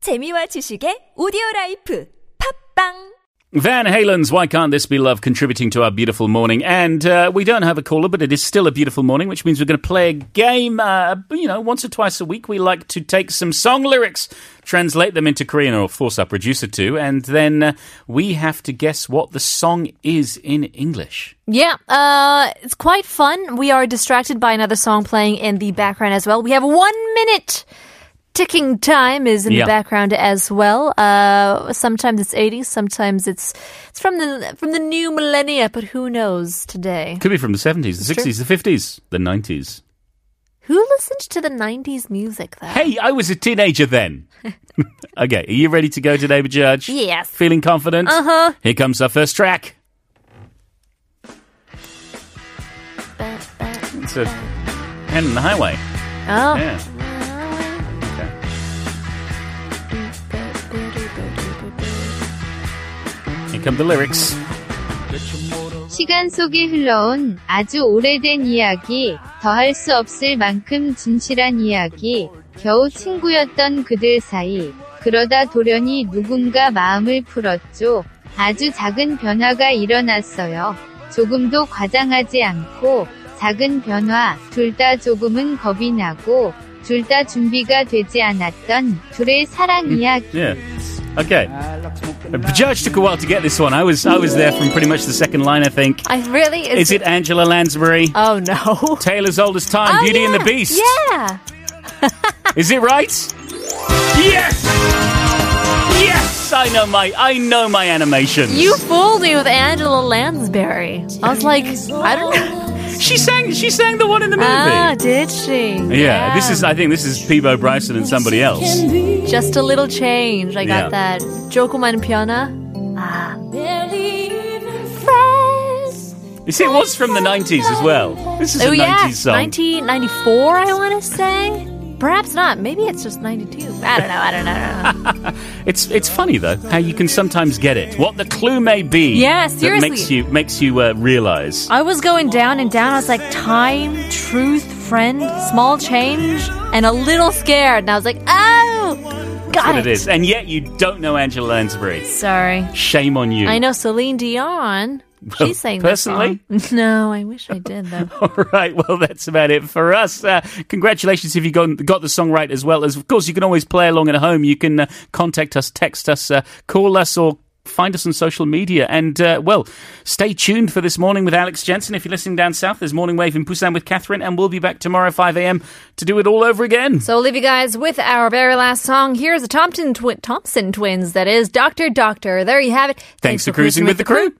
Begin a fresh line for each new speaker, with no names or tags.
재미와 지식의 오디오 라이프 팝빵
Van Halen's Why Can't This Be Love contributing to our beautiful morning. And uh, we don't have a caller, but it is still a beautiful morning, which means we're going to play a game. Uh, you know, once or twice a week, we like to take some song lyrics, translate them into Korean, or force our producer to, and then uh, we have to guess what the song is in English.
Yeah, uh, it's quite fun. We are distracted by another song playing in the background as well. We have one minute. Ticking time is in
Yeah.
the background as well. Uh, sometimes it's 80s, sometimes it's it's from the from the new millennia, but who knows today?
Could be from the 70s, the 60s, the 50s, the 90s.
Who listened to the 90s music though?
Hey, I was a teenager then. okay, are you ready to go today, Judge?
Yes.
Feeling confident? Uh huh. Here comes our first track. It's a hand in the highway.
Oh,
Yeah. Okay. Here come the lyrics.
시간 속에 흘러온 아주 오래된 이야기, 더할 수 없을 만큼 진실한 이야기, 겨우 친구였던 그들 사이, 그러다 돌연히 누군가 마음을 풀었죠. 아주 작은 변화가 일어났어요. 조금도 과장하지 않고, 작은 변화, 둘 다 조금은 겁이 나고, 둘 다 준비가 되지 않았던 둘의 사랑 이야기.
Yeah. Okay. Judge took a while to get this one. I was I was there from pretty much the second line, I think.
I really
Is it Angela Lansbury?
Oh no.
Taylor's oldest time,
Oh,
Beauty and
yeah.
the Beast.
Yeah.
Is it right? Yes! Yes! I know my I know my animations.
You fooled me with Angela Lansbury. I was like, I don't know.
She sang she sang the one in the movie.
Ah, did she?
yeah, this is I think this is Peebo Bryson and somebody else.
Just a little change. I got
Yeah.
that. Jokoman Piana. Ah.
You see, it was from the nineties as well. This is
Oh
a
yeah,
nineties song.
1994. I want to say. Perhaps not. Maybe it's just 92. I don't know. I don't know. I don't know.
It's it's funny though how you can sometimes get it. What the clue may be
Yeah,
that
seriously.
makes you makes you uh, realize.
I was going down and down. I was like, time, truth, friend, small change, and a little scared. And I was like, oh, got
What it is, and yet you don't know Angela Lansbury.
Sorry.
Shame on you.
I know Celine Dion.
Well,
She sang
personally?
This song. No, I wish I did though.
All right, well, that's about it for us. Uh, congratulations if you got, got the song right as well. As of course, you can always play along at home. You can uh, contact us, text us, uh, call us, or find us on social media. And uh, well, stay tuned for this morning with Alex Jensen. If you're listening down south, there's Morning Wave in Busan with Catherine, and we'll be back tomorrow 5 a.m. to do it all over again.
So we'll leave you guys with our very last song. Here's the Thompson Twi- Thompson twins. That is Doctor Doctor. There you have it.
Thanks for cruising with the crew.